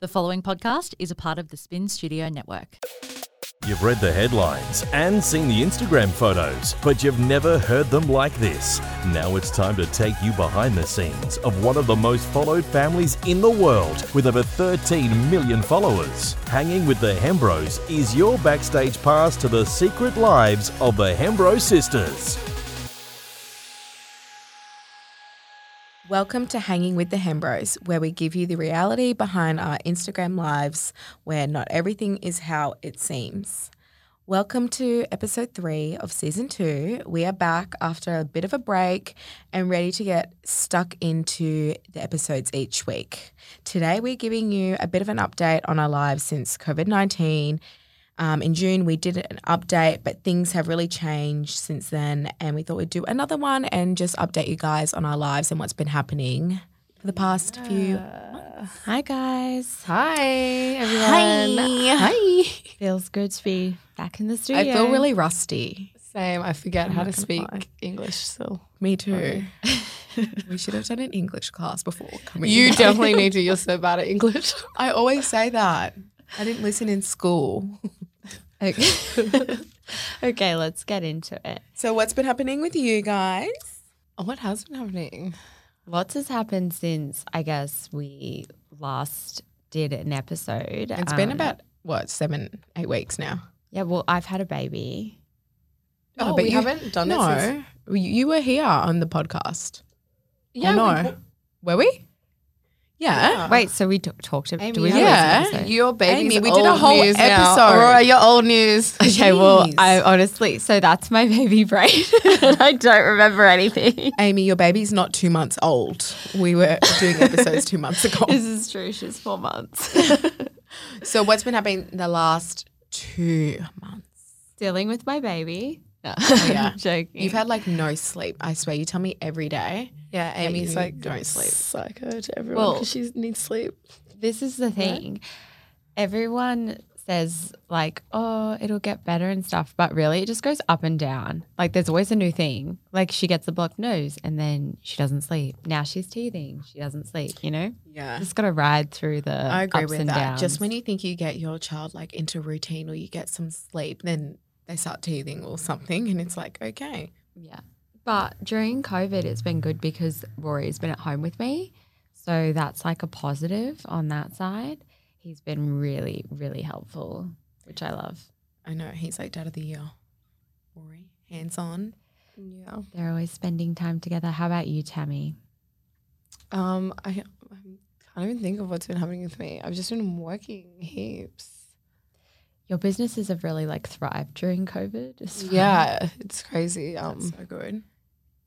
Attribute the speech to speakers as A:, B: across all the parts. A: The following podcast is a part of the Spin Studio Network.
B: You've read the headlines and seen the Instagram photos, but you've never heard them like this. Now it's time to take you behind the scenes of one of the most followed families in the world with over 13 million followers. Hanging with the Hembros is your backstage pass to the secret lives of the Hembro sisters.
C: Welcome to Hanging with the Hembros, where we give you the reality behind our Instagram lives, where not everything is how it seems. Welcome to episode three of season two. We are back after a bit of a break and ready to get stuck into the episodes each week. Today, we're giving you a bit of an update on our lives since COVID 19. Um, in June, we did an update, but things have really changed since then. And we thought we'd do another one and just update you guys on our lives and what's been happening for the past few months.
D: Hi guys.
C: Hi,
D: everyone.
C: Hi.
D: Feels good to be back in the studio.
C: I feel really rusty.
E: Same. I forget how to speak
D: lie.
E: English still.
C: Me too. we should have done an English class before coming.
E: You
C: here.
E: definitely need to. You're so bad at English.
C: I always say that. I didn't listen in school.
D: okay. okay, let's get into it.
C: So what's been happening with you guys?
E: What has been happening?
D: Lots has happened since I guess we last did an episode.
C: It's
D: It's
C: been about what seven, eight weeks now.
D: Yeah, well, I've had a baby.
E: Oh, we haven't done it
C: no,
E: since-
C: You- you were here on the podcast.
E: Yeah,
C: or
E: we
C: no, were we? Yeah.
D: Wait, so we t- talked about do we
C: Ah. Amy,
D: do an
C: yeah.
D: episode?
E: Your baby's
C: Amy, we did a
E: old
C: whole
E: news now.
C: episode.
E: Aurora, you're old news.
D: Okay, well,
C: Jeez.
D: I honestly, so that's my baby brain. I don't remember anything.
C: Amy, your baby's not two months old. We were doing episodes two months ago.
D: This is true. She's four months.
C: So what's been happening the last two months?
D: Dealing with my baby. No,
C: yeah.
D: joking.
C: You've had like no sleep. I swear, you tell me every day.
E: Yeah,
C: you
E: Amy's like
C: don't sleep.
E: Psycho to everyone
D: Well-
E: because she needs sleep.
D: this is the thing. Everyone says like, "Oh, it'll get better and stuff," but really, it just goes up and down. Like, there's always a new thing. Like, she gets a blocked nose, and then she doesn't sleep. Now she's teething. She doesn't sleep. You know,
C: Yeah.
D: just gotta ride through the
C: I agree
D: ups
C: with
D: and
C: that.
D: downs.
C: Just when you think you get your child like into routine or you get some sleep, then they start teething or something, and it's like, okay,
D: yeah. But during COVID, it's been good because Rory's been at home with me, so that's like a positive on that side. He's been really, really helpful, which I love.
C: I know he's like dad of the year. Rory, hands on.
E: Yeah.
D: They're always spending time together. How about you, Tammy?
E: Um, I, I can't even think of what's been happening with me. I've just been working heaps.
D: Your businesses have really like thrived during COVID. as well.
E: Yeah, it's crazy. Um,
C: That's so good.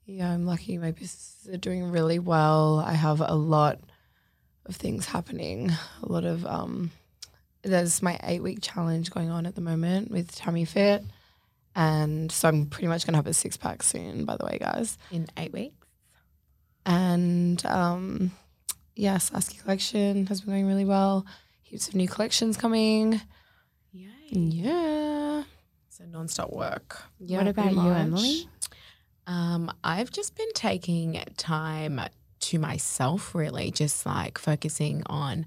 E: Yeah, I'm lucky. My businesses are doing really well. I have a lot of things happening. A lot of um, there's my eight week challenge going on at the moment with Tummy Fit, and so I'm pretty much gonna have a six pack soon. By the way, guys,
C: In eight weeks.
E: and um, yeah, Saskia collection has been going really well. Heaps of new collections coming.
C: Yay.
E: Yeah.
C: So non-stop work.
E: Yeah,
D: What about
E: pretty
D: you,
E: much.
D: Emily?
C: Um, I've just been taking time to myself, really, just like focusing on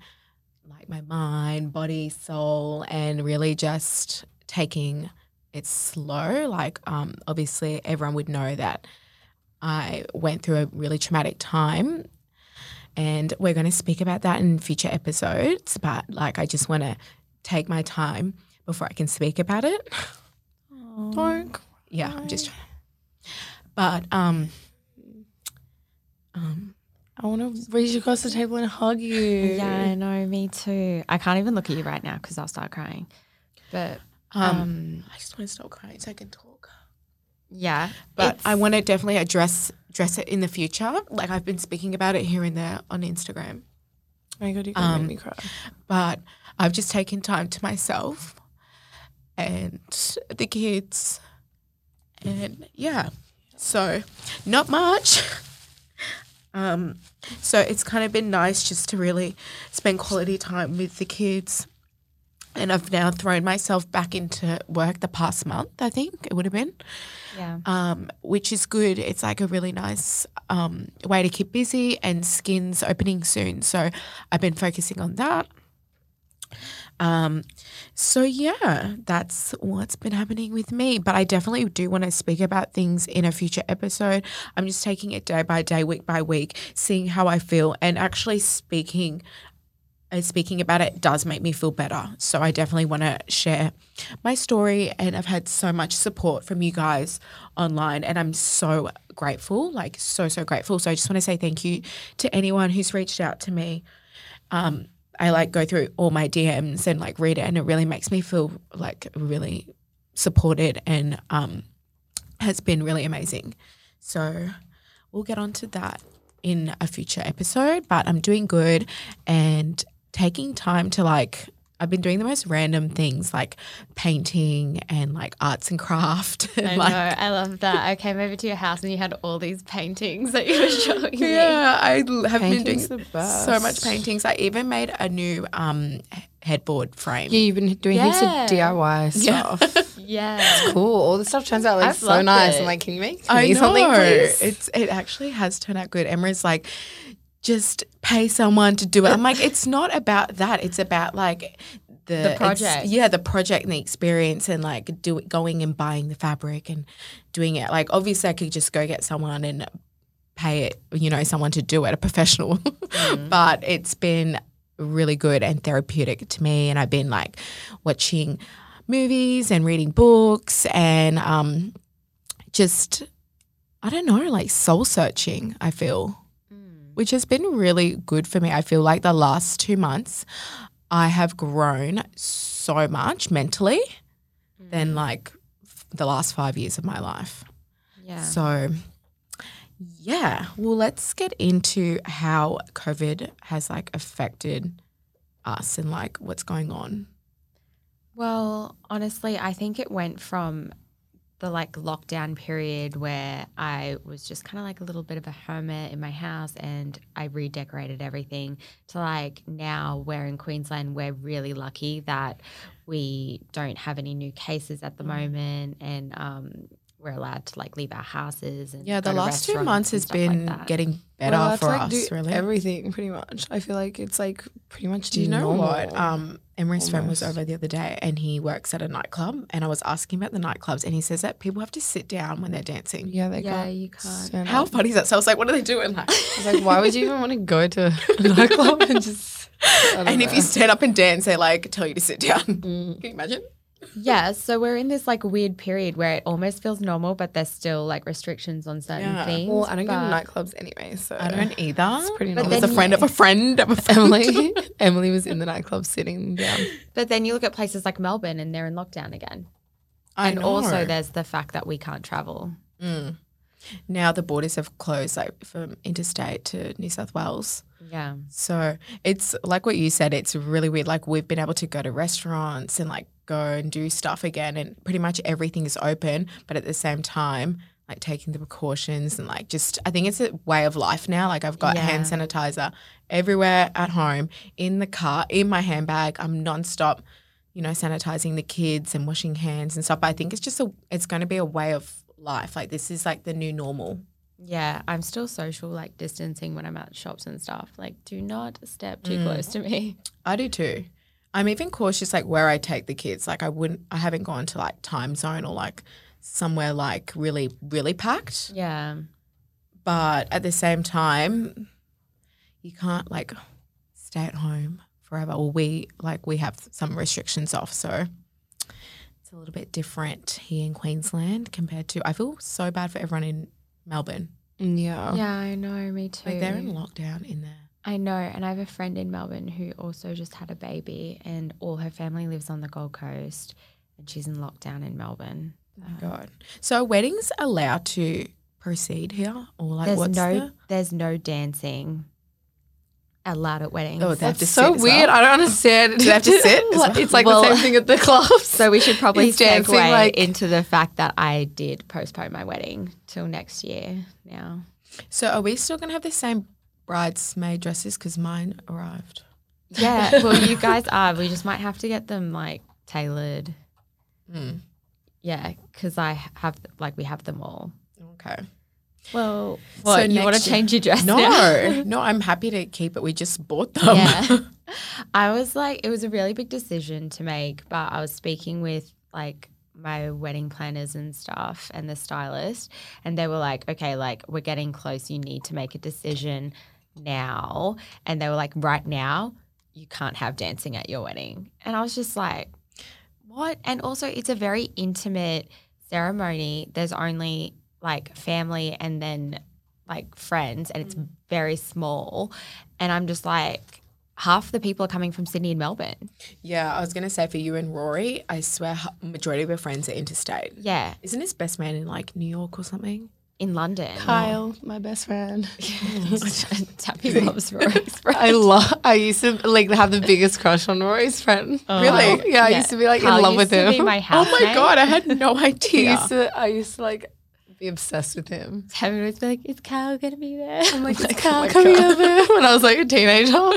C: like my mind, body, soul, and really just taking it slow. Like, um, obviously, everyone would know that I went through a really traumatic time, and we're going to speak about that in future episodes. But like, I just want to take my time before I can speak about it.
E: Don't
C: Yeah, I'm just trying. But um, um,
E: I want to reach across the table and hug you.
D: Yeah, I know. Me too. I can't even look at you right now because I'll start crying. But
C: um,
D: um,
C: I just want to stop crying so I can talk.
D: yeah,
C: But I want to definitely address address it in the future. Like I've been speaking about it here and there on Instagram.
E: Oh my god, you gonna
C: Um,
E: make me cry.
C: But I've just taken time to myself and the kids, and yeah. So not much. um, so it's kind of been nice just to really spend quality time with the kids. And I've now thrown myself back into work the past month, I think it would have been
D: yeah.
C: um, which is good. It's like a really nice um, way to keep busy, and Skin's opening soon. So I've been focusing on that. Um, so yeah, that's what's been happening with me. But I definitely do want to speak about things in a future episode. I'm just taking it day by day, week by week, seeing how I feel, and actually speaking. Uh, speaking about it does make me feel better. So I definitely want to share my story, and I've had so much support from you guys online, and I'm so grateful, like so so grateful. So I just want to say thank you to anyone who's reached out to me. Um, I like go through all my DMs and like read it, and it really makes me feel like really supported and um, has been really amazing. So we'll get on to that in a future episode, but I'm doing good and taking time to like. I've been doing the most random things like painting and like arts and craft. And
D: I
C: like,
D: know. I love that. I came over to your house and you had all these paintings that you were showing me.
C: Yeah, uh, I l- have
E: Painting's
C: been doing
E: the
C: so much
E: best.
C: paintings. I even made a new um, he- headboard frame.
E: Yeah, you've been doing heaps
D: Yeah.
E: of DIY stuff.
D: Yeah.
E: cool. All this stuff turns out like
D: I've
E: so
D: loved
E: nice.
D: it.
E: I'm like, can you make
C: I
E: me
C: know.
E: something, please?
C: It's it actually has turned out good. Emma's like, just pay someone to do it. I'm like, it's not about that. It's about like the, it's-
D: project.
C: Yeah, the project and the experience and like do going and buying the fabric and doing it. Like obviously I could just go get someone and pay it, you know, someone to do it, a professional. but it's been really good and therapeutic to me and I've been like watching movies and reading books and um just I don't know, like soul searching, I feel, which has been really good for me. I feel like the last two months, I have grown so much mentally than like f- the last five years of my life.
D: Yeah.
C: So, yeah, well, let's get into how COVID has like affected us and like what's going on.
D: Well, honestly, I think it went from the like lockdown period where I was just kind of like a little bit of a hermit in my house and I redecorated everything to like now we're in Queensland. We're really lucky that we don't have any new cases
C: Mm.
D: at the moment and um, we're allowed to like leave our houses. And
C: Yeah, the
D: go to
C: last two
D: restaurants
C: months
D: and
C: has
D: stuff like
C: been
D: that.
C: getting
E: We're
C: better
E: allowed to,
C: for
E: like,
C: us,
E: do
C: really.
E: Everything, pretty much. I feel like it's like pretty much.
C: Do you know what?
E: normal.
C: Um, Emery's friend was
E: Almost.
C: over the other day and he works at a nightclub. And I was asking about the nightclubs and he says that people have to sit down when they're dancing.
E: yeah, they
D: Yeah,
E: got
D: you can't.
E: stand
C: How
E: up.
C: funny is that? So I was like, what are they doing? Like,
E: I was like, why would you even want to go to a nightclub and just? I don't
C: and if you
E: know. Mm.
C: stand up and dance, they like tell you to sit down. Can you imagine?
D: Yeah, so we're in this like weird period where it almost feels normal, but there's still like restrictions on certain
C: Yeah.
D: things.
E: well, I don't go to
D: but-
E: nightclubs anyway, so
C: I don't either.
E: It's pretty
C: It
E: But
C: was
D: normal.
C: a
D: then
C: friend
D: you-
C: of a friend of a friend.
E: Emily, Emily was in the nightclub sitting down.
D: But then you look at places like Melbourne and they're in lockdown again.
C: I
D: and
C: know.
D: also there's the fact that we can't travel.
C: Mm. Now the borders have closed, like from interstate to New South Wales.
D: Yeah.
C: So it's like what you said, it's really weird. Like we've been able to go to restaurants and like go and do stuff again and pretty much everything is open, but at the same time, like taking the precautions and like just I think it's a way of life now. Like I've got hand
D: Yeah.
C: sanitizer everywhere at home, in the car, in my handbag. I'm nonstop, you know, sanitizing the kids and washing hands and stuff. But I think it's just a it's gonna be a way of life. Like this is like the new normal.
D: Yeah. I'm still social, like distancing when I'm at shops and stuff. Like, do not step too
C: Mm.
D: close to me.
C: I do too. I'm even cautious like where I take the kids. Like I wouldn't I haven't gone to like time zone or like somewhere like really really packed.
D: Yeah.
C: But at the same time you can't like stay at home forever. Well we like we have some restrictions off, so it's a little bit different here in Queensland compared to I feel so bad for everyone in Melbourne.
E: Yeah.
D: Yeah, I know. Me too.
C: Like they're in lockdown in there.
D: I know. And I have a friend in Melbourne who also just had a baby, and all her family lives on the Gold Coast, and she's in lockdown in Melbourne.
C: my God. So are weddings allowed to proceed here or like
D: there's
C: what's
D: no
C: the
D: there's no dancing allowed at weddings.
C: Oh,
E: That's
C: to
E: so
C: sit as
E: weird.
C: well.
E: I don't understand.
C: Do they have to sit as well?
E: It's like
D: Well-
E: the same thing at the clubs.
D: So we should probably
E: It's dancing,
D: segue
E: like-
D: into the fact that I did postpone my wedding till next year. Now,
C: So are we still gonna have the same bridesmaid dresses? Because mine arrived.
D: yeah. Well, you guys are. We just might have to get them like tailored.
E: Hmm.
D: Yeah, because I have like we have them all.
C: Okay.
D: Well, what, you want to
E: next year-
D: change your dress? now?
C: No, no, I'm happy to keep it. We just bought them.
D: Yeah. I was like, it was a really big decision to make, but I was speaking with like my wedding planners and stuff and the stylist, and they were like, okay, like we're getting close. You need to make a decision now. And they were like, right now, you can't have dancing at your wedding. And I was just like, what? And also, it's a very intimate ceremony. There's only like family and then like friends, and it's very small. And I'm just like, half the people are coming from Sydney and Melbourne.
C: Yeah, I was gonna say for you and Rory, I swear h- majority of your friends are interstate.
D: Yeah,
C: Isn't his best man in like New York or something?
D: in London.
E: Kyle, my best friend.
D: Tappy loves Rory's friend.
E: I love. I used to like have the biggest crush on Rory's friend. really? Yeah, I used to be like in love with him.
D: Be my
C: Oh my
D: housemate.
C: god, I had no
E: He
C: idea.
E: used to. I used to like be obsessed with him.
D: Tappy was like, "Is Kyle gonna be there?"
E: I'm like, is Kyle coming over? When I was like a teenager.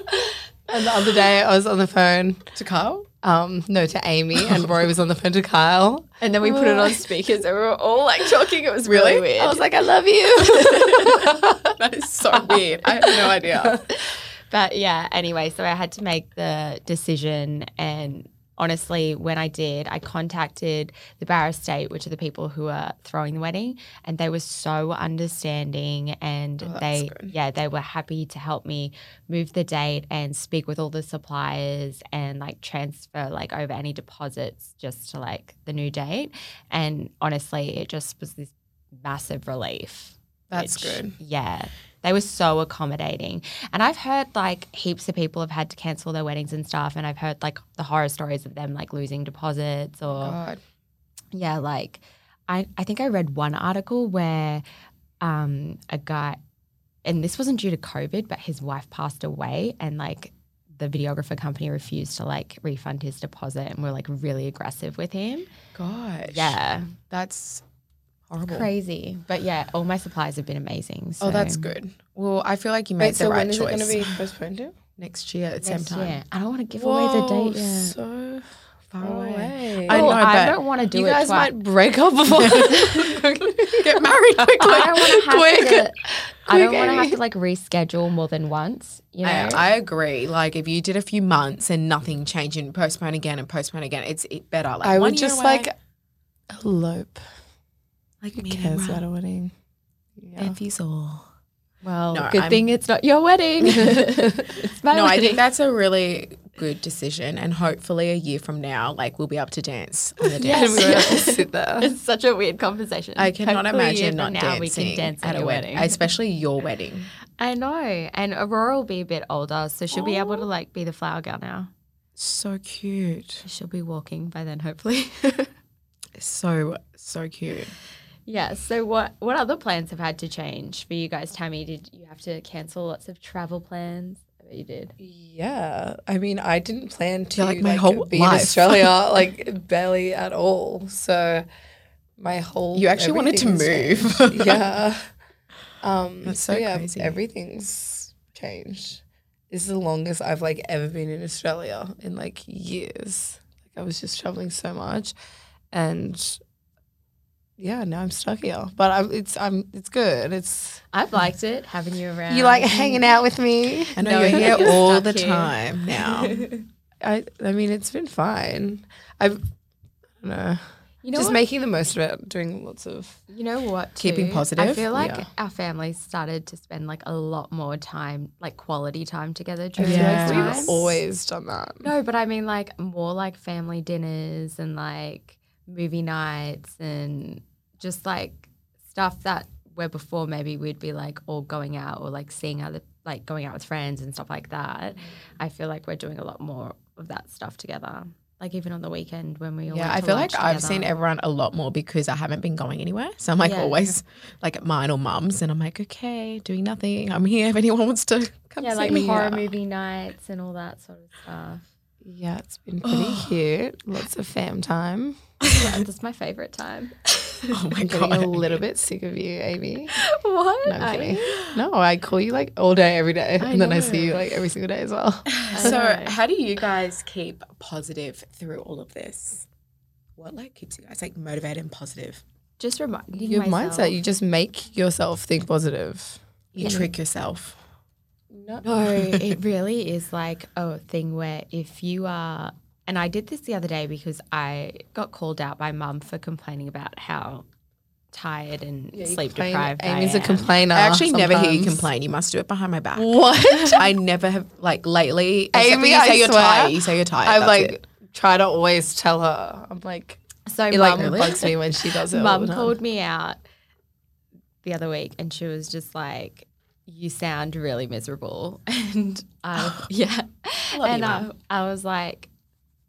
E: And the other day, I was on the phone.
C: to Carl?
E: Um, no, to Amy, and Rory was on the phone to Kyle.
D: And then we put it on speakers, and we were all like talking. It was
C: Really?
D: really,
E: I
D: weird.
E: was like, I love you.
C: That is so weird. I have no idea.
D: But yeah, anyway, so I had to make the decision, and honestly, when I did, I contacted the Barra State, which are the people who are throwing the wedding, and they were so understanding, and they yeah, they were happy to help me move the date and speak with all the suppliers and like transfer like over any deposits just to like the new date, and honestly, it just was this massive relief.
C: That's
D: which-
C: good.
D: Yeah. They were so accommodating. And I've heard like heaps of people have had to cancel their weddings and stuff. And I've heard like the horror stories of them like losing deposits or,
C: God.
D: yeah, like I, I think I read one article where um, a guy, and this wasn't due to COVID, but his wife passed away and like the videographer company refused to like refund his deposit and were like really aggressive with him.
C: Gosh.
D: Yeah.
C: That's horrible.
D: Crazy. But yeah, all my supplies have been amazing. So.
C: Oh, that's good. Well, I feel like you made
E: Wait,
C: the
E: so
C: right
E: when is
C: choice.
E: it going to be postponed to?
C: next year at same
D: Next
C: time?
D: year. I don't want to give away the date yet.
E: So
C: Far
E: far
C: away.
E: away.
C: I
D: Oh,
C: know,
D: I
C: but
D: don't want to do
E: you
D: it.
E: guys
D: twice.
E: might break up before.
C: Get married quickly.
D: I don't want to have to. I don't
E: Quick,
D: want to have
E: Amy.
D: to like reschedule more than once. You know.
C: I, I agree. Like if you did a few months and nothing changed and postpone again and postpone again, it's it better. Like
E: I
C: one
E: would
C: year
E: just
C: away,
E: like elope.
C: like
E: Who
C: me and
E: cares
C: Rob.
E: about a wedding? Yeah.
C: F yous all.
D: well,
C: No,
D: good
C: I'm-
D: thing it's not your wedding. it's my
C: No, I
D: wedding.
C: think that's a really good decision, and hopefully a year from now, like we'll be able to dance on the
E: And
C: dance.
E: we would have to sit there.
D: it's such a weird conversation.
C: I cannot
D: Hopefully a year
C: imagine
D: from
C: not dancing
D: now we can dance at, a wedding.
C: especially your wedding.
D: I know, and Aurora will be a bit older, so she'll be able to
C: Oh.
D: like be the flower girl now.
C: So cute,
D: She'll be walking by then, hopefully.
C: so so cute.
D: yeah. So what what other plans have had to change for you guys, Tammy? Did you have to cancel lots of travel plans? I bet you did.
E: Yeah, I mean, I didn't plan to
C: Yeah,
E: like my whole be
C: life.
E: in Australia, like barely at all. So my whole
C: You actually wanted to
E: everything's
C: move.
E: changed. yeah, um,
C: That's
E: so,
C: so
E: yeah,
C: crazy.
E: everything's changed. This is the longest I've like ever been in Australia in like years. Like I was just traveling so much, and yeah, now I'm stuck here. But I'm, it's I'm it's good. It's
D: I've liked it having you around.
E: you like hanging out with me.
C: I know
D: No,
C: you're here
D: you're
C: all
D: stuck
C: the
D: here.
C: time now.
E: I I mean it's been fine. I've I don't know.
D: You know
E: just
D: what?
E: making the most of it, doing lots of
D: you know what?
C: Keeping
D: too? I
C: positive?
D: feel like
E: Yeah.
D: our families started to spend like a lot more time, like quality time together during
C: Yeah.
D: those
C: We've
D: times.
E: I've always done that.
D: No, but I mean like more like family dinners and like movie nights and just like stuff that where before maybe we'd be like all going out or like seeing other like going out with friends and stuff like that. I feel like we're doing a lot more of that stuff together. Like even on the weekend when we all
C: Yeah,
D: went
C: I
D: to
C: feel like
D: lunch
C: I've seen
D: together.
C: everyone a lot more because I haven't been going anywhere. So I'm like
D: Yeah.
C: always like at mine or mum's, and I'm like, okay, doing nothing. I'm here if anyone wants to come
D: yeah,
C: see
D: like
C: me.
D: horror movie nights and all that sort of stuff.
E: Yeah, it's been pretty
D: Oh.
E: cute. Lots of fam time.
D: Yeah, that's my favorite time.
C: Oh my
E: I'm getting a
C: god.
E: little bit sick of you, Amy.
D: what?
E: No, I'm kidding. No, I call you like all day, every day, and then I see you
D: know.
E: like every single day as well.
C: So how do you guys keep positive through all of this? What like keeps you guys like motivated and positive?
D: just reminding
E: Your
D: myself.
E: mindset, you just make yourself think positive.
C: You trick yourself.
D: No, it really is like a thing where if you are, and I did this the other day because I got called out by mum for complaining about how tired and sleep
E: Complain-
D: deprived I
E: Amy's a
D: am.
E: complainer.
C: I actually never hear you
E: sometimes.
C: complain. You must do it behind my back.
E: What?
C: I never have like lately. except
E: Amy,
C: when you say
E: I
C: you're
E: swear,
C: tired. You say you're tired.
E: I
C: that's
E: like
C: it.
E: try to always tell her. I'm like,
D: So
E: it like
D: mum
E: bugs me when she does it. all
D: Mum
E: the time.
D: called me out the other week and she was just like, You sound really miserable. And I, yeah. and
C: you,
D: I, I was like,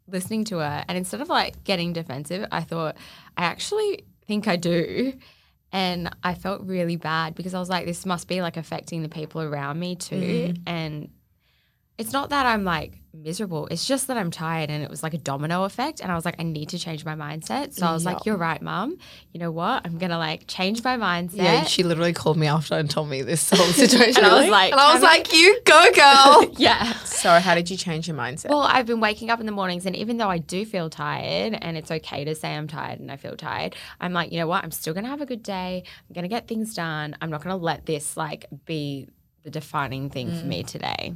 D: listening to her. And instead of like getting defensive, I thought, I actually think I do. And I felt really bad because I was like, This must be like affecting the people around me too. And it's not that I'm like miserable. It's just that I'm tired and it was like a domino effect. And I was like, I need to change my mindset. So I was like, you're right, mum. You know what? I'm going to like change my mindset.
E: Yeah, she literally called me after and told me this whole
D: And
E: situation.
D: I was like,
E: and I was
D: can I-
E: like, you go, girl.
D: yeah.
C: So how did you change your mindset?
D: Well, I've been waking up in the mornings and even though I do feel tired and it's okay to say I'm tired and I feel tired, I'm like, you know what? I'm still going to have a good day. I'm going to get things done. I'm not going to let this like be the defining thing for me today.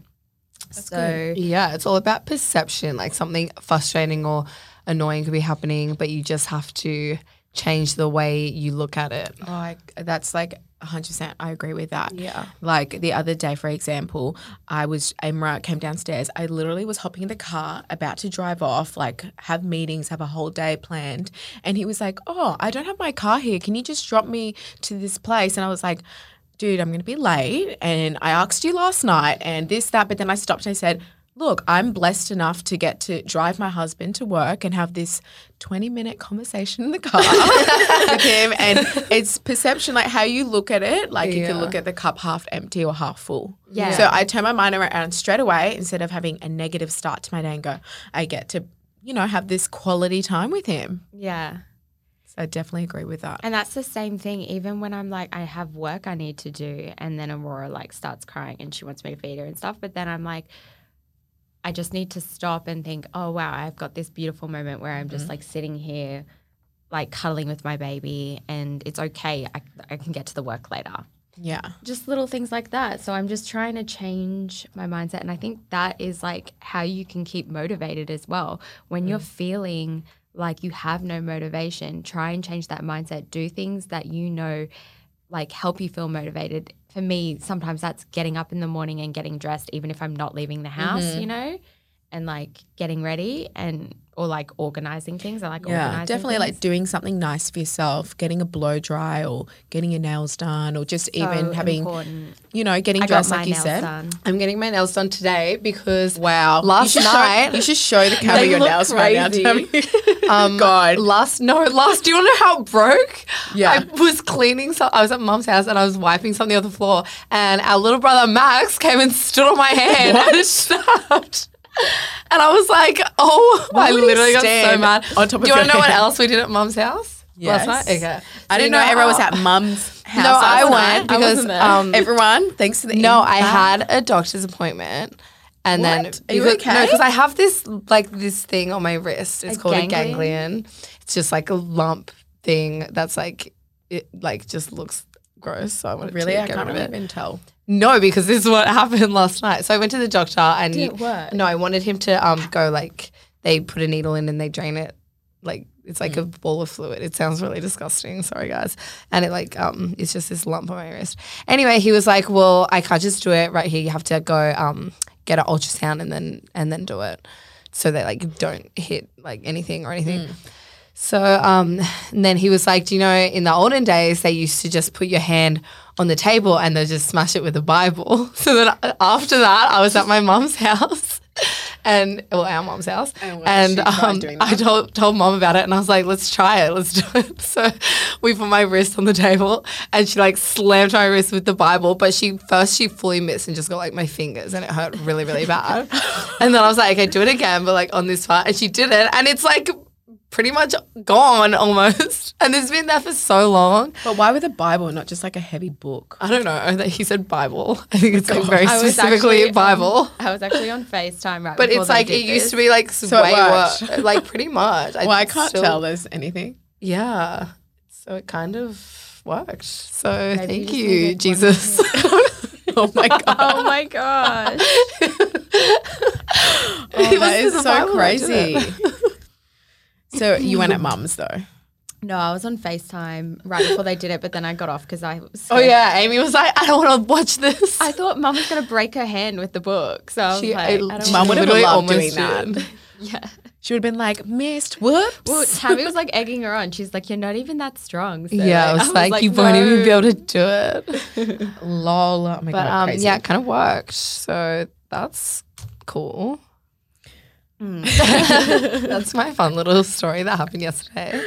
D: so
E: yeah, it's all about perception. Like something frustrating or annoying could be happening, but you just have to change the way you look at it.
C: Oh, I, that's like 100%. I agree with that. Yeah. Like the other day, for example, I was, Emra came downstairs. I literally was hopping in the car, about to drive off, like have meetings, have a whole day planned. And he was like, Oh, I don't have my car here. Can you just drop me to this place? And I was like, Dude, I'm going to be late. And I asked you last night and this, that. But then I stopped and I said, Look, I'm blessed enough to get to drive my husband to work and have this 20 minute conversation in the car with him. And it's perception, like how you look at it. Like you can look at the cup half empty or half full.
D: Yeah.
C: So I turn my mind around straight away instead of having a negative start to my day and go, I get to, you know, have this quality time with him.
D: yeah.
C: So I definitely agree with that.
D: And that's the same thing. Even when I'm like, I have work I need to do, and then Aurora like starts crying and she wants me to feed her and stuff. But then I'm like, I just need to stop and think, oh wow, I've got this beautiful moment where I'm just like sitting here, like cuddling with my baby, and it's okay. I, I can get to the work later.
C: Yeah.
D: Just little things like that. So I'm just trying to change my mindset. And I think that is like how you can keep motivated as well. When
C: Mm.
D: you're feeling like you have no motivation, try and change that mindset. Do things that you know like help you feel motivated. For me, sometimes that's getting up in the morning and getting dressed, even if I'm not leaving the house,
C: Mm-hmm.
D: you know, and like getting ready and or like organizing things. I like
C: Yeah,
D: organizing
C: definitely
D: things.
C: like doing something nice for yourself, getting a blow dry or getting your nails done or just even
D: So
C: having,
D: important.
C: you know, getting
D: I got
C: dressed
D: my
C: like you
D: nails
C: said.
D: done.
E: I'm getting my nails done today because
C: Wow.
E: Last
C: you should show-
E: night-
C: you should show the camera
E: They
C: your
E: look
C: nails right now.
E: crazy.
C: Tammy.
E: um
C: God.
E: last no last do you want to know how it broke
C: Yeah.
E: i was cleaning so i was at mum's house and i was wiping something off the floor and our little brother max came and stood on my hand and snapped and i was like oh i
C: would he
E: literally got so
C: stand
E: mad
C: on top of
E: do you wanna
C: your
E: know what
C: hand?
E: else we did at mum's house
C: Yes.
E: last night okay
C: I
E: So
C: didn't
E: you
C: know everyone was
E: how-
C: at mum's house.
E: no i
C: last
E: went
C: night.
E: because um
C: everyone, thanks to the
E: no,
C: in-
E: I had a doctor's appointment. And then
C: What? Are you
E: because, No,
C: okay?
E: because I have this like this thing on my wrist. It's called a ganglion. It's just like a lump thing that's like it like just looks gross. So I wanted
C: really,
E: to
C: I
E: get
C: can't
E: rid of it.
C: even tell.
E: No, because this is what happened last night. So I went to the doctor and
C: Did it work?
E: no, I wanted him to um go like they put a needle in and they drain it like it's like a
C: Hmm.
E: ball of fluid. It sounds really disgusting. Sorry guys. And it like um it's just this lump on my wrist. Anyway, he was like, "Well, I can't just do it right here. You have to go um get an ultrasound and then and then do it." So they like don't hit like anything or anything. So um, and then he was like, Do you know, in the olden days, they used to just put your hand on the table and they just smash it with a Bible. So then uh, after that, I was at my mum's house. And well, our mom's house,
C: And
E: and,
C: what, she tried
E: um,
C: doing
E: I
C: that?
E: told told mom about it, and I was like, "Let's try it, let's do it." So we put my wrist on the table, and she like slammed my wrist with the Bible. But she first she fully missed and just got like my fingers, and it hurt really really bad. and then I was like, "Okay, do it again," but like on this part, and she did it, and it's like pretty much gone almost. And it's been there for so long.
C: But why with a Bible, not just like a heavy book?
E: I don't know that he said Bible. I think it's like very
D: I was
E: specifically
D: actually on-
E: Bible.
D: I was actually on FaceTime right
E: But
D: before
E: it's
D: they
E: like
D: did
E: it used
D: this.
E: to be like
C: it
E: way
C: worked.
E: worse. Like pretty much.
C: Well, I can't
E: still-
C: tell there's anything.
E: Yeah. It's So it kind of worked. So
D: Maybe you
E: thank
D: just
E: you,
D: needed one
E: Jesus. oh my God.
D: Oh my gosh.
E: It was
C: that
E: through the
C: Oh, is so
E: Bible, isn't it?
C: crazy. so you went at mum's though.
D: no, I was on FaceTime right before they did it, but then I got off because I was.
E: Oh, yeah. Amy was like, I don't want to watch this.
D: I thought mum was going to break her hand with the book. So I was
E: She-
D: like,
E: I-
D: I don't
E: she
C: Mum would have
E: literally
C: loved doing
E: almost
C: that.
E: did.
D: yeah.
C: She would have been like, missed, whoops.
D: Well, Tammy was like egging her on. She's like, you're not even that strong. So,
E: yeah, I was, like, you won't even be able to do it.
C: Lol. Oh my
E: But
C: god.
E: um,
C: crazy.
E: yeah, it kind of worked. So that's cool.
C: Hmm.
E: that's my fun little story that happened yesterday.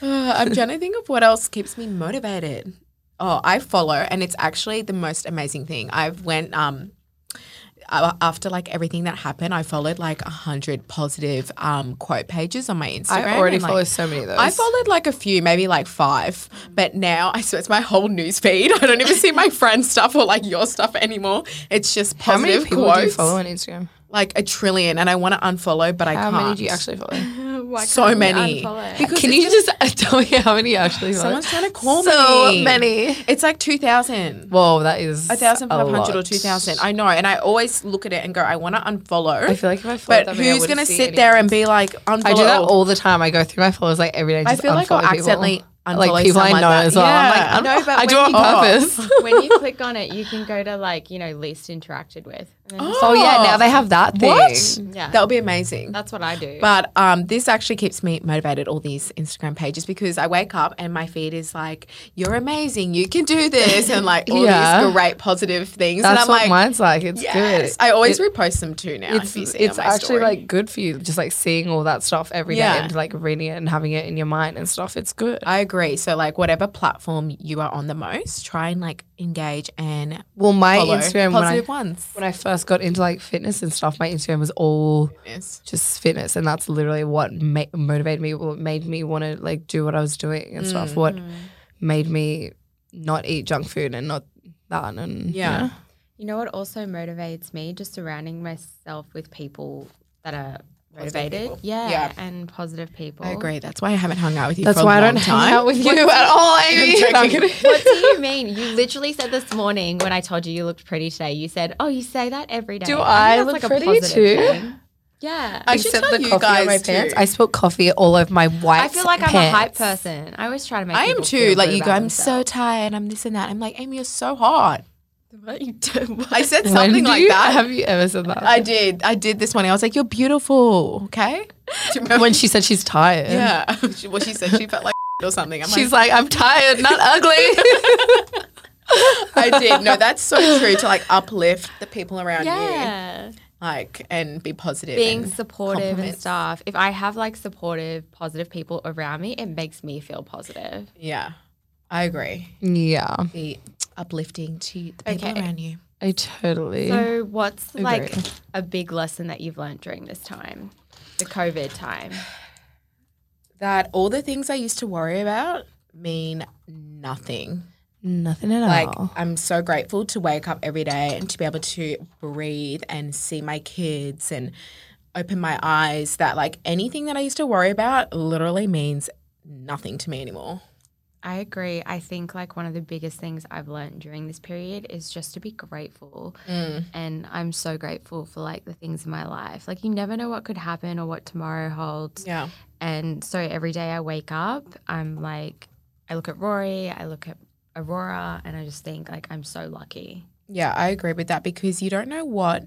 C: Uh, I'm trying to think of what else keeps me motivated. Oh, I follow, and it's actually the most amazing thing. I've went um a- after like everything that happened. I followed like a hundred positive um quote pages on my Instagram.
E: I already
C: and, like,
E: follow so many of those.
C: I followed like a few, maybe like five, but now I so it's my whole news feed. I don't even see my friends' stuff or like your stuff anymore. It's just
E: How many
C: positive
E: people
C: quotes,
E: do you follow on Instagram?
C: like a trillion, and I want to unfollow, but I
E: How
C: can't.
E: many do you actually follow?
C: So many. Because
E: Can you just uh, tell me how many you actually follow?
C: Someone's trying to call
E: so
C: me.
E: many.
C: It's like two thousand.
E: Whoa, that is
C: a thousand five hundred or
E: lot.
C: two thousand. I know, and I always look at it and go, I want to unfollow.
E: I feel like if I followed
C: but
E: that many, I
C: who's
E: wouldn't
C: gonna
E: see
C: sit
E: any
C: there
E: of
C: and be like unfollow?
E: I do that all the time. I go through my followers like every day. and
C: I
E: Just
C: feel like I'll
E: unfollow people.
C: accidentally unfollow
E: like people I
C: someone
E: know
C: that-
E: as well.
C: Yeah.
E: I'm like, i
D: No, but
E: I do
D: when
E: it on
D: you-
E: purpose.
D: when you click on it, you can go to like, you know, least interacted with. And then-
E: Oh yeah, now they have that thing.
C: What?
D: yeah.
C: That would be amazing.
D: that's what I do.
C: But um, this actually keeps me motivated, all these Instagram pages, because I wake up and my feed is like, you're amazing, you can do this, and like all
E: Yeah.
C: these great positive things. and
E: That's
C: I'm
E: what
C: like,
E: mine's like. It's
C: yes.
E: good.
C: I always repost them too now. if
E: It's
C: you see
E: it's
C: on my
E: actually
C: story.
E: like good for you, just like seeing all that stuff every day
C: Yeah.
E: and like reading it and having it in your mind and stuff. It's good.
C: I agree. So, like, whatever platform you are on the most, try and like engage and
E: Well, my
C: follow
E: Instagram when I
C: positive ones.
E: when I first got into like fitness and stuff, my Instagram was all
C: Yes.
E: just fitness, and that's literally what ma- motivated me, what made me want to like do what I was doing and stuff. What
C: Mm.
E: made me not eat junk food and not that and
C: Yeah.
E: you know.
D: You know what also motivates me? Just surrounding myself with people that are motivated. Yeah,
C: Yeah.
D: And positive people.
C: I agree. That's why I haven't hung out with you.
E: That's
C: for a
E: why I
C: long
E: don't
C: time.
E: hang out with you at all, Amy. No, I'm
C: joking.
E: kidding.
D: What do you mean? You literally said this morning when I told you you looked pretty today, you said, Oh, you say that every day.
E: Do
D: think
E: I
D: that's
E: look
D: a
E: pretty
D: positive
E: too?
D: thing. Yeah.
C: I should
E: Except
C: tell
E: the
C: you
E: coffee on
C: guys
E: my
C: too.
E: pants. I spilled coffee all over my white.
D: I feel like I'm a
E: pants.
D: hype person. I always try to make
C: I am
D: people
C: too.
D: feel
C: Like
D: good
C: you go,
D: about
C: I'm so
D: themselves.
C: tired and I'm this and that. I'm like, Amy, you're so hot.
D: What you do?
C: I said
E: When
C: something
E: do
C: like
E: you-
C: that.
E: Have you ever said that?
C: I did. I did this morning. I was like, "You're beautiful." Okay. Do you remember?
E: when she said she's tired.
C: yeah. She- well, she said she felt like or something. I'm
E: She's
C: like,
E: like, I'm tired, not ugly.
C: I did. No, that's so true. To like uplift the people around you,
D: Yeah.
C: like, and be positive.
D: Being
C: and
D: supportive and
C: compliments.
D: stuff. If I have like supportive, positive people around me, it makes me feel positive.
C: Yeah, I agree.
E: yeah,
C: Be uplifting to the people
D: Okay.
C: around you.
E: I totally.
D: So, what's like
E: Agree.
D: a big lesson that you've learned during this time, the COVID time?
C: That all the things I used to worry about mean nothing.
E: Nothing
D: Oh.
E: at
C: Like
E: all.
C: I'm so grateful to wake up every day and to be able to breathe and see my kids and open my eyes that like anything that I used to worry about literally means nothing to me anymore.
D: I agree. I think like one of the biggest things I've learned during this period is just to be grateful. And I'm so grateful for like the things in my life. Like you never know what could happen or what tomorrow holds.
C: Yeah.
D: And so every day I wake up, I'm like I look at Rory, I look at Aurora, and I just think like I'm so lucky.
C: Yeah, I agree with that because you don't know what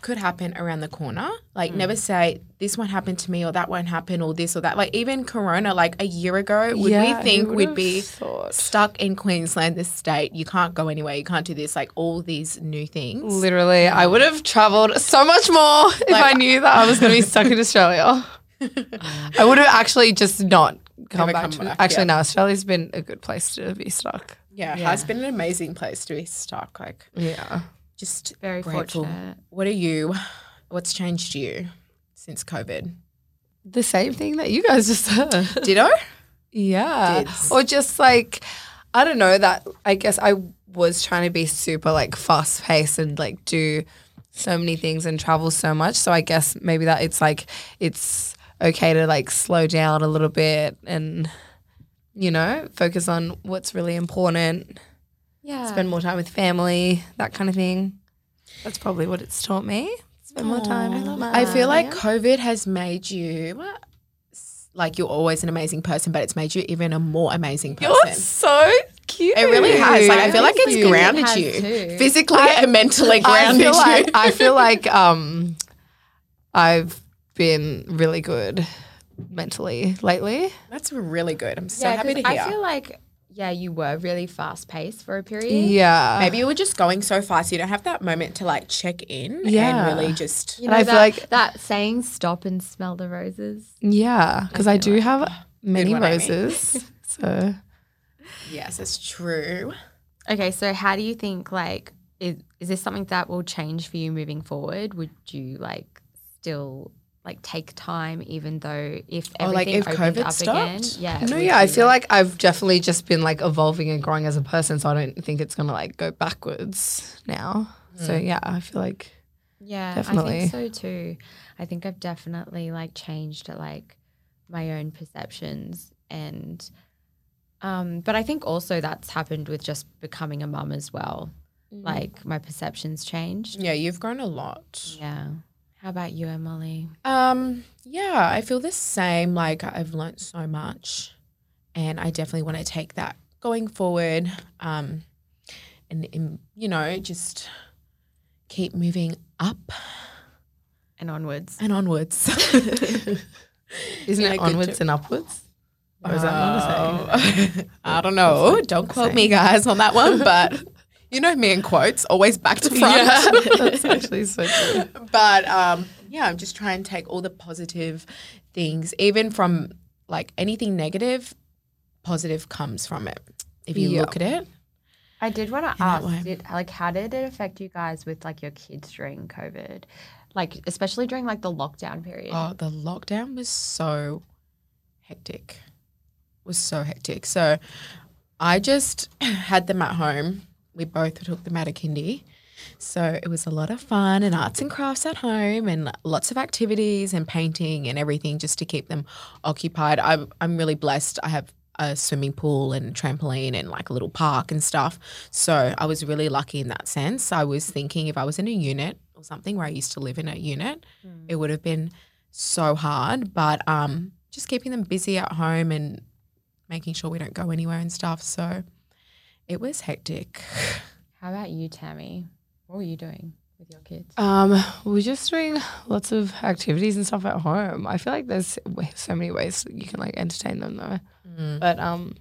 C: could happen around the corner. Like never say this won't happen to me or that won't happen or this or that. Like even corona like a year ago, would we think we'd be stuck in Queensland, this state, you can't go anywhere, you can't do this, like all these new things.
E: Literally, I would have traveled so much more if I knew that I was going to be stuck in Australia. I would have actually just not come
C: Never
E: back.
C: come
E: to,
C: back,
E: actually,
C: yeah.
E: no, Australia's been a good place to be stuck.
C: Yeah, has been an amazing place to be stuck. Like,
E: Yeah.
C: just
D: Very
C: grateful.
D: fortunate.
C: What are you? What's changed you since COVID?
E: The same thing that you guys just said.
C: Ditto.
E: Yeah.
C: Dids.
E: Or just like, I don't know, that I guess I was trying to be super like fast paced and like do so many things and travel so much. So I guess maybe that it's like, it's okay to like slow down a little bit and you know, focus on what's really important,
D: Yeah.
E: spend more time with family, that kind of thing. That's probably what it's taught me. Spend more time. with mum.
C: I feel
E: Um,
C: like COVID has made you like you're always an amazing person, but it's made you even a more amazing person.
E: You're so cute.
C: it really has. Like I feel like it's
D: Thank you.
C: grounded
D: It has
C: you
D: too.
C: physically and mentally
E: I
C: grounded
E: feel like
C: you.
E: I feel like um, I've been really good mentally lately.
C: That's really good. I'm so
D: Yeah,
C: happy to
D: 'cause
C: hear.
D: I feel like yeah, you were really fast paced for a period.
E: Yeah,
C: Maybe you were just going so fast, you don't have that moment to like check in
E: Yeah.
C: and really just.
D: You
E: And
D: know,
E: I
D: that,
E: feel like-
D: that saying "stop and smell the roses."
E: yeah, because I do have many
C: one, Amy.
E: roses. So
C: Yes, it's true.
D: Okay, so how do you think like is is this something that will change for you moving forward? Would you like still like take time, even though if everything
E: Oh,
C: Or, like, if
D: opened
C: COVID
D: up
C: stopped?
D: again? Yeah,
E: no,
D: would
E: yeah, I
D: you,
E: feel like I've definitely just been like evolving and growing as a person. So I don't think it's gonna like go backwards now. So yeah, I feel like
D: Yeah,
E: Definitely.
D: I think so too. I think I've definitely like changed like my own perceptions and um but I think also that's happened with just becoming a mum as well. Like my perceptions changed.
C: Yeah, you've grown a lot.
D: Yeah. How about you, Emily?
C: Um, yeah, I feel the same. Like I've learnt so much, and I definitely want to take that going forward. Um, and, and you know, just keep moving up
D: And onwards.
C: and onwards.
E: isn't
C: Yeah,
E: it
C: good
E: onwards
C: job.
E: and upwards? Or is that not the same?
C: Uh, I don't know. Don't quote me, guys, on that one. But you know me in quotes, always back to front.
E: That's actually so true.
C: but um, yeah, I'm just trying to take all the positive things, even from like anything negative, positive comes from it. If you
E: Yeah.
C: look at it,
D: I did want to
C: that way.
D: ask, did, like, how did it affect you guys with like your kids during COVID, like especially during like the lockdown period?
C: oh, the lockdown was so hectic. Was so hectic. So I just had them at home. We both took them out of kindy. So it was a lot of fun and arts and crafts at home and lots of activities and painting and everything just to keep them occupied. I'm, I'm really blessed. I have a swimming pool and trampoline and like a little park and stuff. So I was really lucky in that sense. I was thinking if I was in a unit or something where I used to live in a unit, it would have been so hard. But um, just keeping them busy at home and making sure we don't go anywhere and stuff. So it was hectic.
D: How about you, Tammy? What were you doing with your kids?
E: Um, we're just doing lots of activities and stuff at home. I feel like there's wa- so many ways that you can like entertain them though. But um,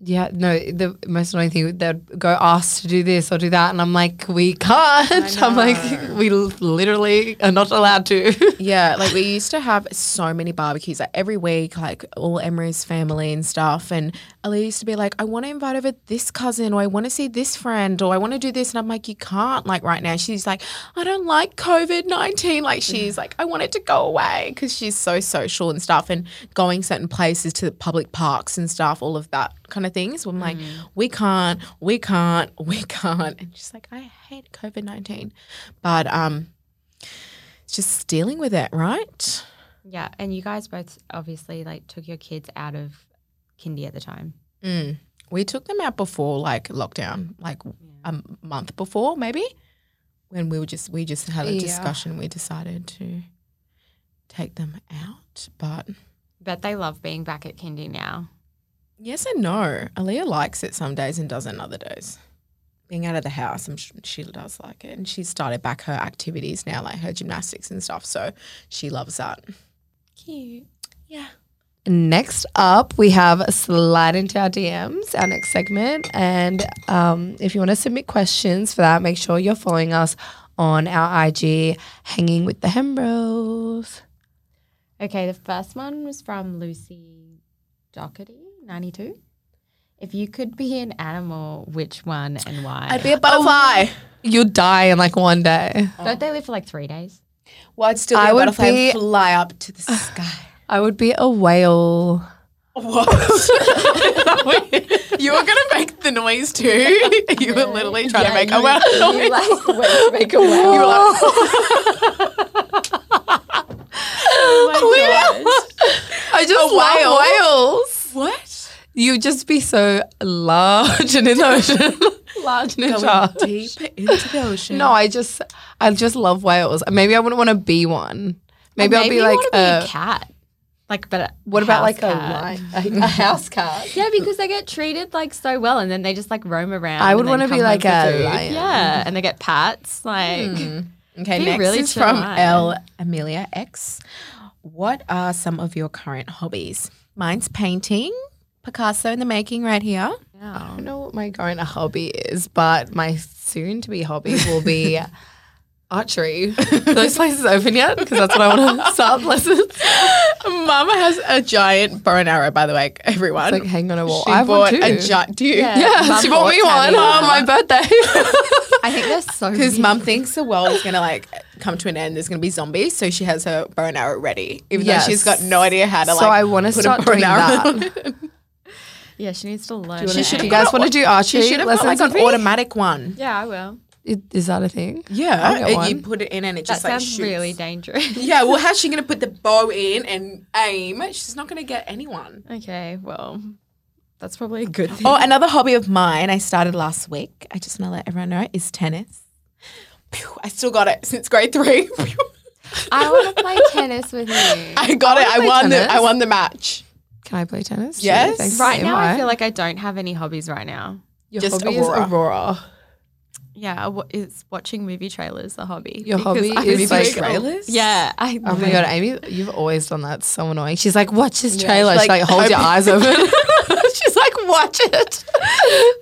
E: yeah, no, the most annoying thing they'd go ask to do this or do that, and I'm like, we can't. I'm like, we l- literally are not allowed to.
C: Yeah, like we used to have so many barbecues like every week, like all Emery's family and stuff. And Ali used to be like, I want to invite over this cousin, or I want to see this friend, or I want to do this. And I'm like, you can't. Like right now, she's like, I don't like COVID 19. Like she's like, I want it to go away because she's so social and stuff, and going certain places to the public parks and stuff, all of that kind of things. I'm like, we can't, we can't, we can't. And she's like, I hate COVID 19. But, um, it's just dealing with it, right?
D: Yeah, and you guys both obviously like took your kids out of kindy at the time.
C: Mm. We took them out before like lockdown, like a m- month before maybe, when we were just we just had a
E: Yeah.
C: discussion. We decided to take them out, but
D: Bet they love being back at kindy now.
C: yes and no. Aaliyah likes it some days and doesn't other days. Being out of the house, I'm sure she does like it, and she started back her activities now, like her gymnastics and stuff. So she loves that.
D: Cute.
C: Yeah.
E: Next up, we have Slide Into Our DMs, our next segment. And um, if you want to submit questions for that, make sure you're following us on our IG, Hanging with the Hembros.
D: Okay, the first one was from Lucy Doherty, 92. If you could be an animal, which one and why?
C: I'd be a butterfly.
E: You'll die in like one day.
D: Don't they live for like three days?
C: Well, I'd still be
E: I
C: a
E: would
C: butterfly and
E: be-
C: fly up to the sky.
E: I would be a whale.
C: You were gonna make the noise too. You were literally trying to make a well.
D: You like went to make a whale.
C: Oh
E: Oh, I just love whales.
C: What?
E: you just be so large and in the ocean, large and in charge.
C: Deep into the ocean.
E: No, I just, I just love whales. Maybe I wouldn't want to be one. Maybe,
D: maybe
E: I'll
D: you
E: be
D: wanna
E: like
D: be
E: a.
D: a cat. Like, but a
E: what about
D: house
E: like
D: cat.
E: a lion, a, a house cat?
D: Yeah, because they get treated like so well, and then they just like roam around.
E: I would
D: and then
E: wanna
D: come
E: be
D: home
E: like
D: for
E: a
D: food.
E: lion. Hmm.
D: Yeah, and they get pats. Like,
C: Okay,
D: Be
C: next
D: really
C: is from
D: chill out.
C: L. Amelia X. What are some of your current hobbies? Mine's painting, Picasso in the making, right here.
E: I don't know what my current hobby is, but my soon to be hobby will be archery. Those places open yet? Because that's what I want to start lessons.
C: Mama has a giant bow and arrow, by the way, everyone.
E: Like hang on a wall.
C: she
E: I
C: bought
E: bought one
C: a
E: too.
C: giant. Do you?
E: yeah, she bought me one on my birthday.
D: I think they're so.
C: Because mum thinks the world is gonna like come to an end. There's gonna be zombies, so she has her bow and arrow ready, even
E: Yes.
C: though she's got no idea how to.
E: so
C: like,
E: I want to
C: put a
E: start
C: bow
E: doing
C: and arrow on
E: that.
C: it.
D: Yeah, she needs to learn.
E: Do
D: it.
E: you guys want to do archery
C: She should have got like
E: lessons
C: an
E: with me?
C: automatic one.
D: Yeah, I will.
E: Is- Is that a thing? I'll
C: Yeah,
E: get
C: and
E: one.
C: you put it in, and it
D: That
C: just like
D: sounds
C: shoots.
D: really dangerous.
C: Yeah, well, how's she going to put the bow in and aim? She's not going to get anyone.
D: okay, well, that's probably a good thing.
C: Oh, another hobby of mine I started last week, I just want to let everyone know, is tennis. Pew, I still got it since grade three. Pew,
D: I want to play tennis with you.
C: I got it. I
E: play
C: won the
E: tennis.
C: I won the match.
E: Can I play tennis?
C: Yes.
E: Thanks,
D: Right now, I
E: MI.
D: feel like I don't have any hobbies right now.
E: your
C: just
E: hobby
C: Aurora.
E: is Aurora.
D: Yeah, I wa- it's watching movie trailers a hobby.
E: Your
D: because
E: hobby
D: I'm
E: is
D: so-
E: like
C: trailers?
D: Yeah, I
E: Oh my god, Amy, you've always done that. So annoying. She's like, watch this trailer.
C: she's
E: She's like,
C: like,
E: hold your
C: hope-
E: eyes open. she's like, watch it.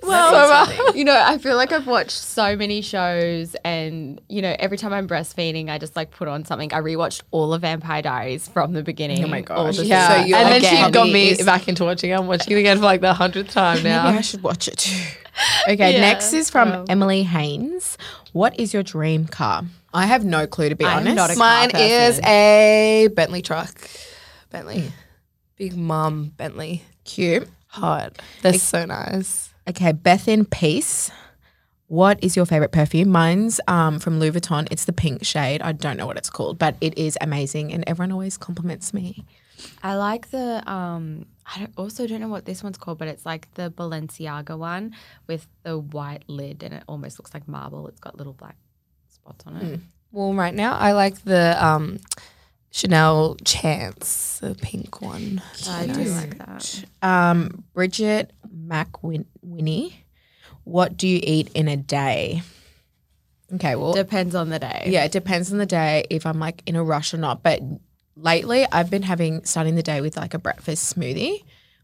D: Well, you know, I feel like I've watched so many shows, and you know, every time I'm breastfeeding, I just like put on something. I rewatched all of Vampire Diaries from the beginning. Oh my gosh!
E: yeah.
C: So you're
E: and then
C: again-
E: she got me
C: is-
E: back into watching. it. I'm watching it again for like the hundredth time now. Um,
C: should watch it. okay, next is from Emily Haynes. What is your dream car? I have no clue to be
D: I'm
C: honest.
D: not a-
E: Mine
D: car
E: is
D: person.
E: a Bentley truck. Bentley. Big mum Bentley.
C: Mm. cute.
E: Hot. That's so nice.
C: Okay, Beth in Peace. What is your favorite perfume? Mine's um, from Louis Vuitton. It's the pink shade. I don't know what it's called, but it is amazing, and everyone always compliments me.
D: I like the um. I don't, also don't know what this one's called, but it's like the Balenciaga one with the white lid, and it almost looks like marble. It's got little black spots on it.
C: Hmm.
E: Well, right now I like the um, Chanel Chance, the pink one.
D: I do like that.
C: Um, Bridget McWinnie, what do you eat in a day? Okay, well,
D: Depends on the day.
C: yeah, it depends on the day if I'm like in a rush or not. But lately, I've been having starting the day with like a breakfast smoothie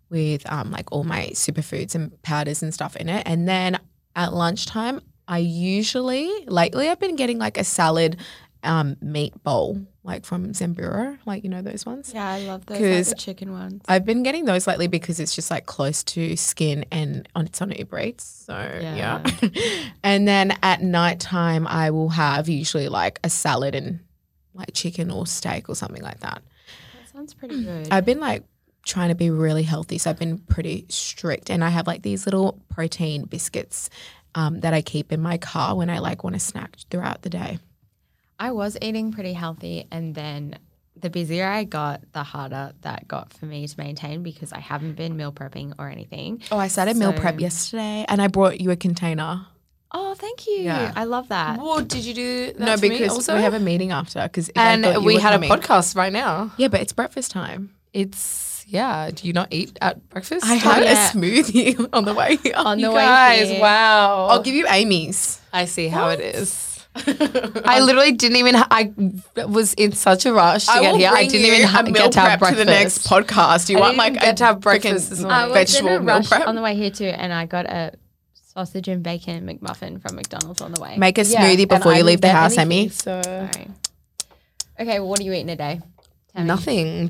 C: with um, like all my superfoods and powders and stuff in it, and then at lunchtime, I usually lately I've been getting like a salad um, meat bowl like from Zamburo, like you know those ones.
D: Yeah, I love those
C: 'Cause
D: like the chicken ones.
C: I've been getting those lately because it's just like close to skin and on it's on Uber Eats. So yeah. and then at nighttime I will have usually like a salad and like chicken or steak or something like that.
D: That sounds pretty good.
C: I've been like trying to be really healthy. So I've been pretty strict and I have like these little protein biscuits um, that I keep in my car when I like want to snack throughout the day.
D: I was eating pretty healthy, and then the busier I got, the harder that got for me to maintain because I haven't been meal prepping or anything.
C: Oh, I started meal prep
D: So-
C: yesterday and I brought you a container.
D: Oh, thank you.
C: Yeah.
D: I love that.
E: Well, did you do that
C: no,
E: to me
C: because
E: also?
C: we have a meeting after because
E: and we had a podcast right now.
C: Yeah, but it's breakfast time.
E: It's yeah. Do you not eat at breakfast?
C: I had
D: Yeah.
C: a smoothie on the way here.
D: On the
E: you
D: way
E: guys.
D: here.
E: Wow.
C: I'll give you Amy's.
E: I see how it is. I literally didn't even. I was in such a rush to get
C: will
E: here. I
C: bring
E: didn't
C: you
E: even ha-
C: a meal
E: get to have
C: prep to
E: breakfast.
C: the next podcast. You
E: I
C: want
E: didn't
C: like
E: even get to have breakfast this
D: I
E: morning.
C: freaking
D: was
C: vegetable
D: in a
C: meal
D: rush
C: prep?
D: on the way here too, and I got a sausage and bacon McMuffin from McDonald's on the way.
C: Make a
E: Yeah,
C: smoothie
E: and
C: before
E: I
C: you leave
E: didn't
C: the
E: get
C: house,
E: anything,
C: Amy.
E: So
D: Sorry. Okay, well, what do you eat in a day?
E: nothing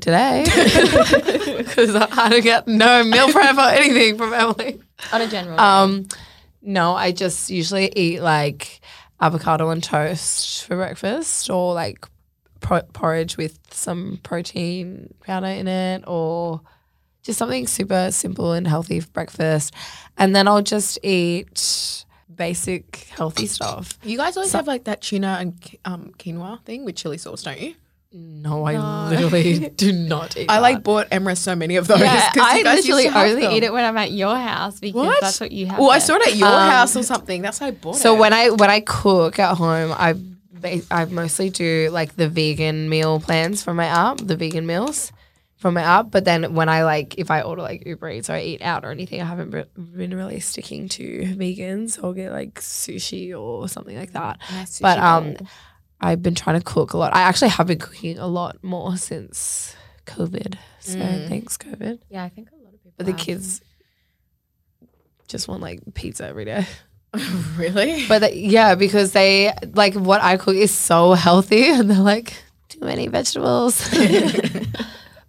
E: today because I had to get no meal prep or anything from Emily.
D: On a general.
E: Um, no, I just usually eat like avocado and toast for breakfast, or like pro- porridge with some protein powder in it, or just something super simple and healthy for breakfast. And then I'll just eat basic healthy stuff.
C: You guys always have like that tuna and um, quinoa thing with chili sauce, don't you?
E: No, I literally do not eat.
C: I
E: that.
C: like bought Emra so many of those.
F: Yeah,
C: 'cause you
F: I
C: guys used to
F: literally
C: have
F: only
C: them.
F: eat it when I'm at your house because
C: What?
F: that's what you have.
C: Oh, I
F: there.
C: saw it at your
E: Um,
C: house or something. That's how I bought it.
E: So when I when I cook at home, I ba- I mostly do like the vegan meal plans for my app, the vegan meals from my app. But then when I like, if I order like Uber Eats or I eat out or anything, I haven't re- been really sticking to vegans. I'll get like sushi or something like that. But um, I've been trying to cook a lot. I actually have been cooking a lot more since COVID. So thanks COVID.
D: Yeah, I think a lot of people.
E: But the
D: are.
E: kids just want like pizza every day.
C: really,
E: But they- yeah, because they like what I cook is so healthy, and they're like too many vegetables.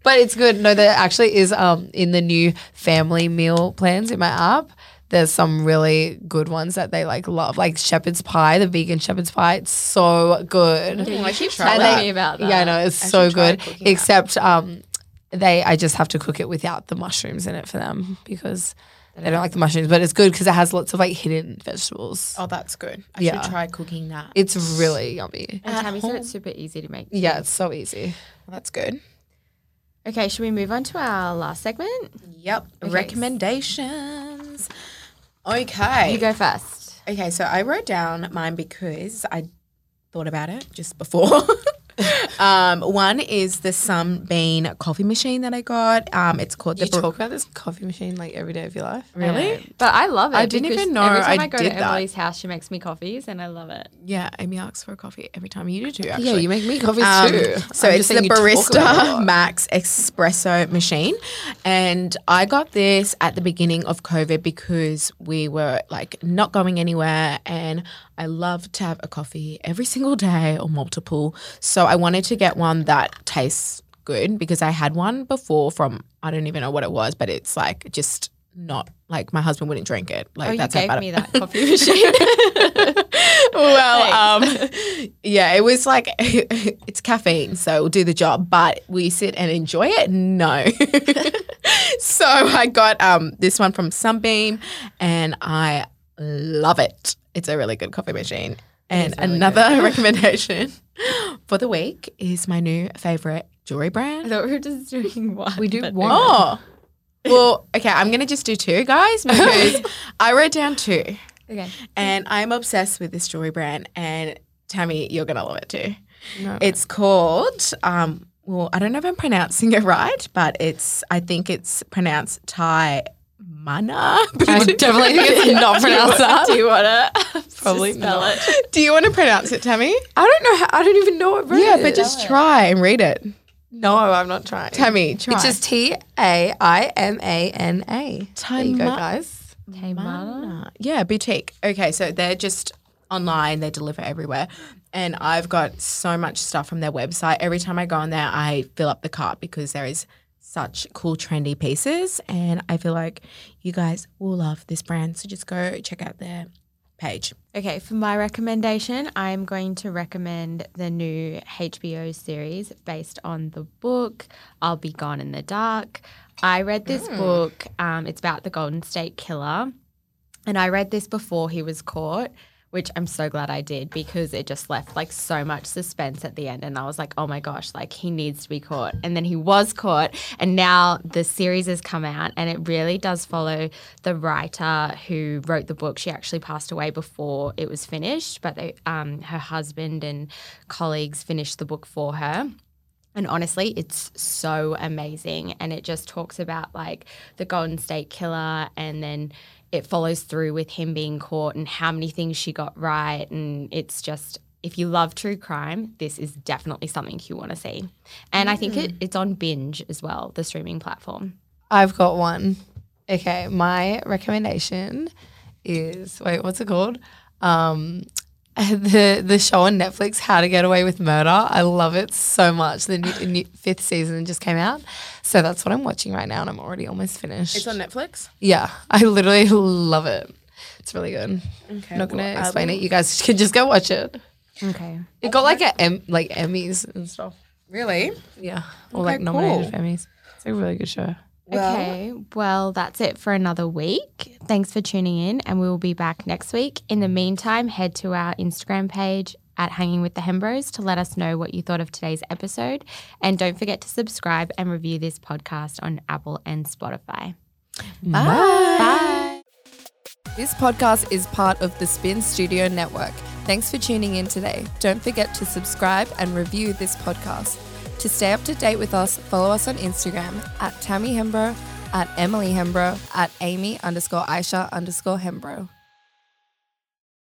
E: but it's good. No, there actually is um in the new family meal plans in my app. There's some really good ones that they like love, like shepherd's pie, the vegan shepherd's pie. It's so good.
D: Yeah, you keep
E: And
D: telling
E: they-
D: me about that.
E: Yeah, I know it's
C: I
E: so
C: should try
E: good.
C: cooking that.
E: Except um, they I just have to cook it without the mushrooms in it for them because they don't like the mushrooms. But it's good because it has lots of like hidden vegetables.
C: oh, that's good. I
E: Yeah.
C: should try cooking that.
E: It's really yummy.
D: And Tammy said it's super easy to make.
E: Yeah, it's so easy.
C: Oh, that's good.
D: Okay, should we move on to our last segment?
C: Yep. Recommendations. Okay.
D: You go first.
C: Okay, so I wrote down mine because I thought about it just before. um, one is the Sunbean coffee machine that I got. Um, it's called
E: You
C: the. Bro-
E: talk about this coffee machine like every day of your life.
C: Really?
D: Yeah. But I love it.
C: I didn't
D: because
C: even know
D: Every time
C: I
D: I, go
C: did
D: to
C: that.
D: Emily's house, she makes me coffees, and I love it.
C: yeah, Amy asks for a coffee every time. You do too, actually.
E: Yeah, you make me coffees
C: Um,
E: too.
C: So
E: I'm
C: it's
E: just
C: the
E: saying you talk about it a
C: Barista
E: lot.
C: Max Espresso machine. And I got this at the beginning of COVID because we were like not going anywhere. And I love to have a coffee every single day or multiple. So I wanted to get one that tastes good because I had one before from, I don't even know what it was, but it's like just not like my husband wouldn't drink it. Like
D: Oh, you
C: that's how
D: gave
C: bad it-
D: me that coffee machine.
C: well, um, yeah, it was like it's caffeine, so it'll do the job. But will you sit and enjoy it? No. so I got um, this one from Sunbeam, and I love it. It's a really good coffee machine. And another recommendation for the week is my new favorite jewelry
D: I
C: brand.
D: thought we were just doing one. We do
E: one.
C: Oh. Well, okay, I'm going to just do two, guys, because I wrote down two.
D: Okay.
C: And I'm obsessed with this jewelry brand. And Tammy, you're gonna love it too.
E: No.
C: It's called. Um, well, I don't know if I'm pronouncing it right, but it's. I think it's pronounced Thai Mana.
E: I definitely think it's not pronounced that.
D: Do you want to
E: Probably
D: spell
E: not.
D: it?
C: Do you want to pronounce it, Tammy?
E: I don't know. How, I don't even know what brand.
C: Yeah,
E: it
C: but
E: is.
C: just try and read it,
E: no, I'm not trying.
C: Tammy. Try.
E: It's just T A I M A N A. There you go,
C: Tama-
E: guys.
D: Tamara.
C: Uh, yeah, boutique. Okay, so they're just online, they deliver everywhere. And I've got so much stuff from their website. Every time I go on there, I fill up the cart because there is such cool, trendy pieces. And I feel like you guys will love this brand. So just go check out their page.
D: Okay, for my recommendation, I'm going to recommend the new HBO series based on the book I'll Be Gone in the Dark. I read this
C: Hmm.
D: book, um, it's about the Golden State Killer. And I read this before he was caught, which I'm so glad I did because it just left like so much suspense at the end. And I was like, oh my gosh, like he needs to be caught. And then he was caught. And now the series has come out and it really does follow the writer who wrote the book. She actually passed away before it was finished, but they, um, her husband and colleagues finished the book for her. And honestly, it's so amazing. And it just talks about like the Golden State Killer and then it follows through with him being caught and how many things she got right. And it's just, if you love true crime, this is definitely something you want to see. And I think it, it's on Binge as well, the streaming platform.
E: I've got one. Okay, my recommendation is wait, what's it called? Um, the the show on Netflix, How to Get Away with Murder. I love it so much. The new, new, fifth season just came out, so that's what I'm watching right now, and I'm already almost finished.
C: Netflix.
E: yeah, I literally love it. It's really good.
C: Okay.
E: I'm not gonna explain it. You guys can just go watch it.
D: Okay.
E: It got like a em, like Emmys and stuff.
C: Really?
E: Yeah, or like nominated for Emmys. It's a really good show.
D: okay. Well, that's it for another week. Thanks for tuning in, and we will be back next week. In the meantime, head to our Instagram page at Hanging with the Hembros to let us know what you thought of today's episode. And don't forget to subscribe and review this podcast on Apple and Spotify.
E: This podcast is part of the Spin Studio Network. Thanks for tuning in today. Don't forget to subscribe and review this podcast. To stay up to date with us, follow us on Instagram at Tammy Hembro, at Emily Hembro, at Amy underscore Aisha underscore Hembro.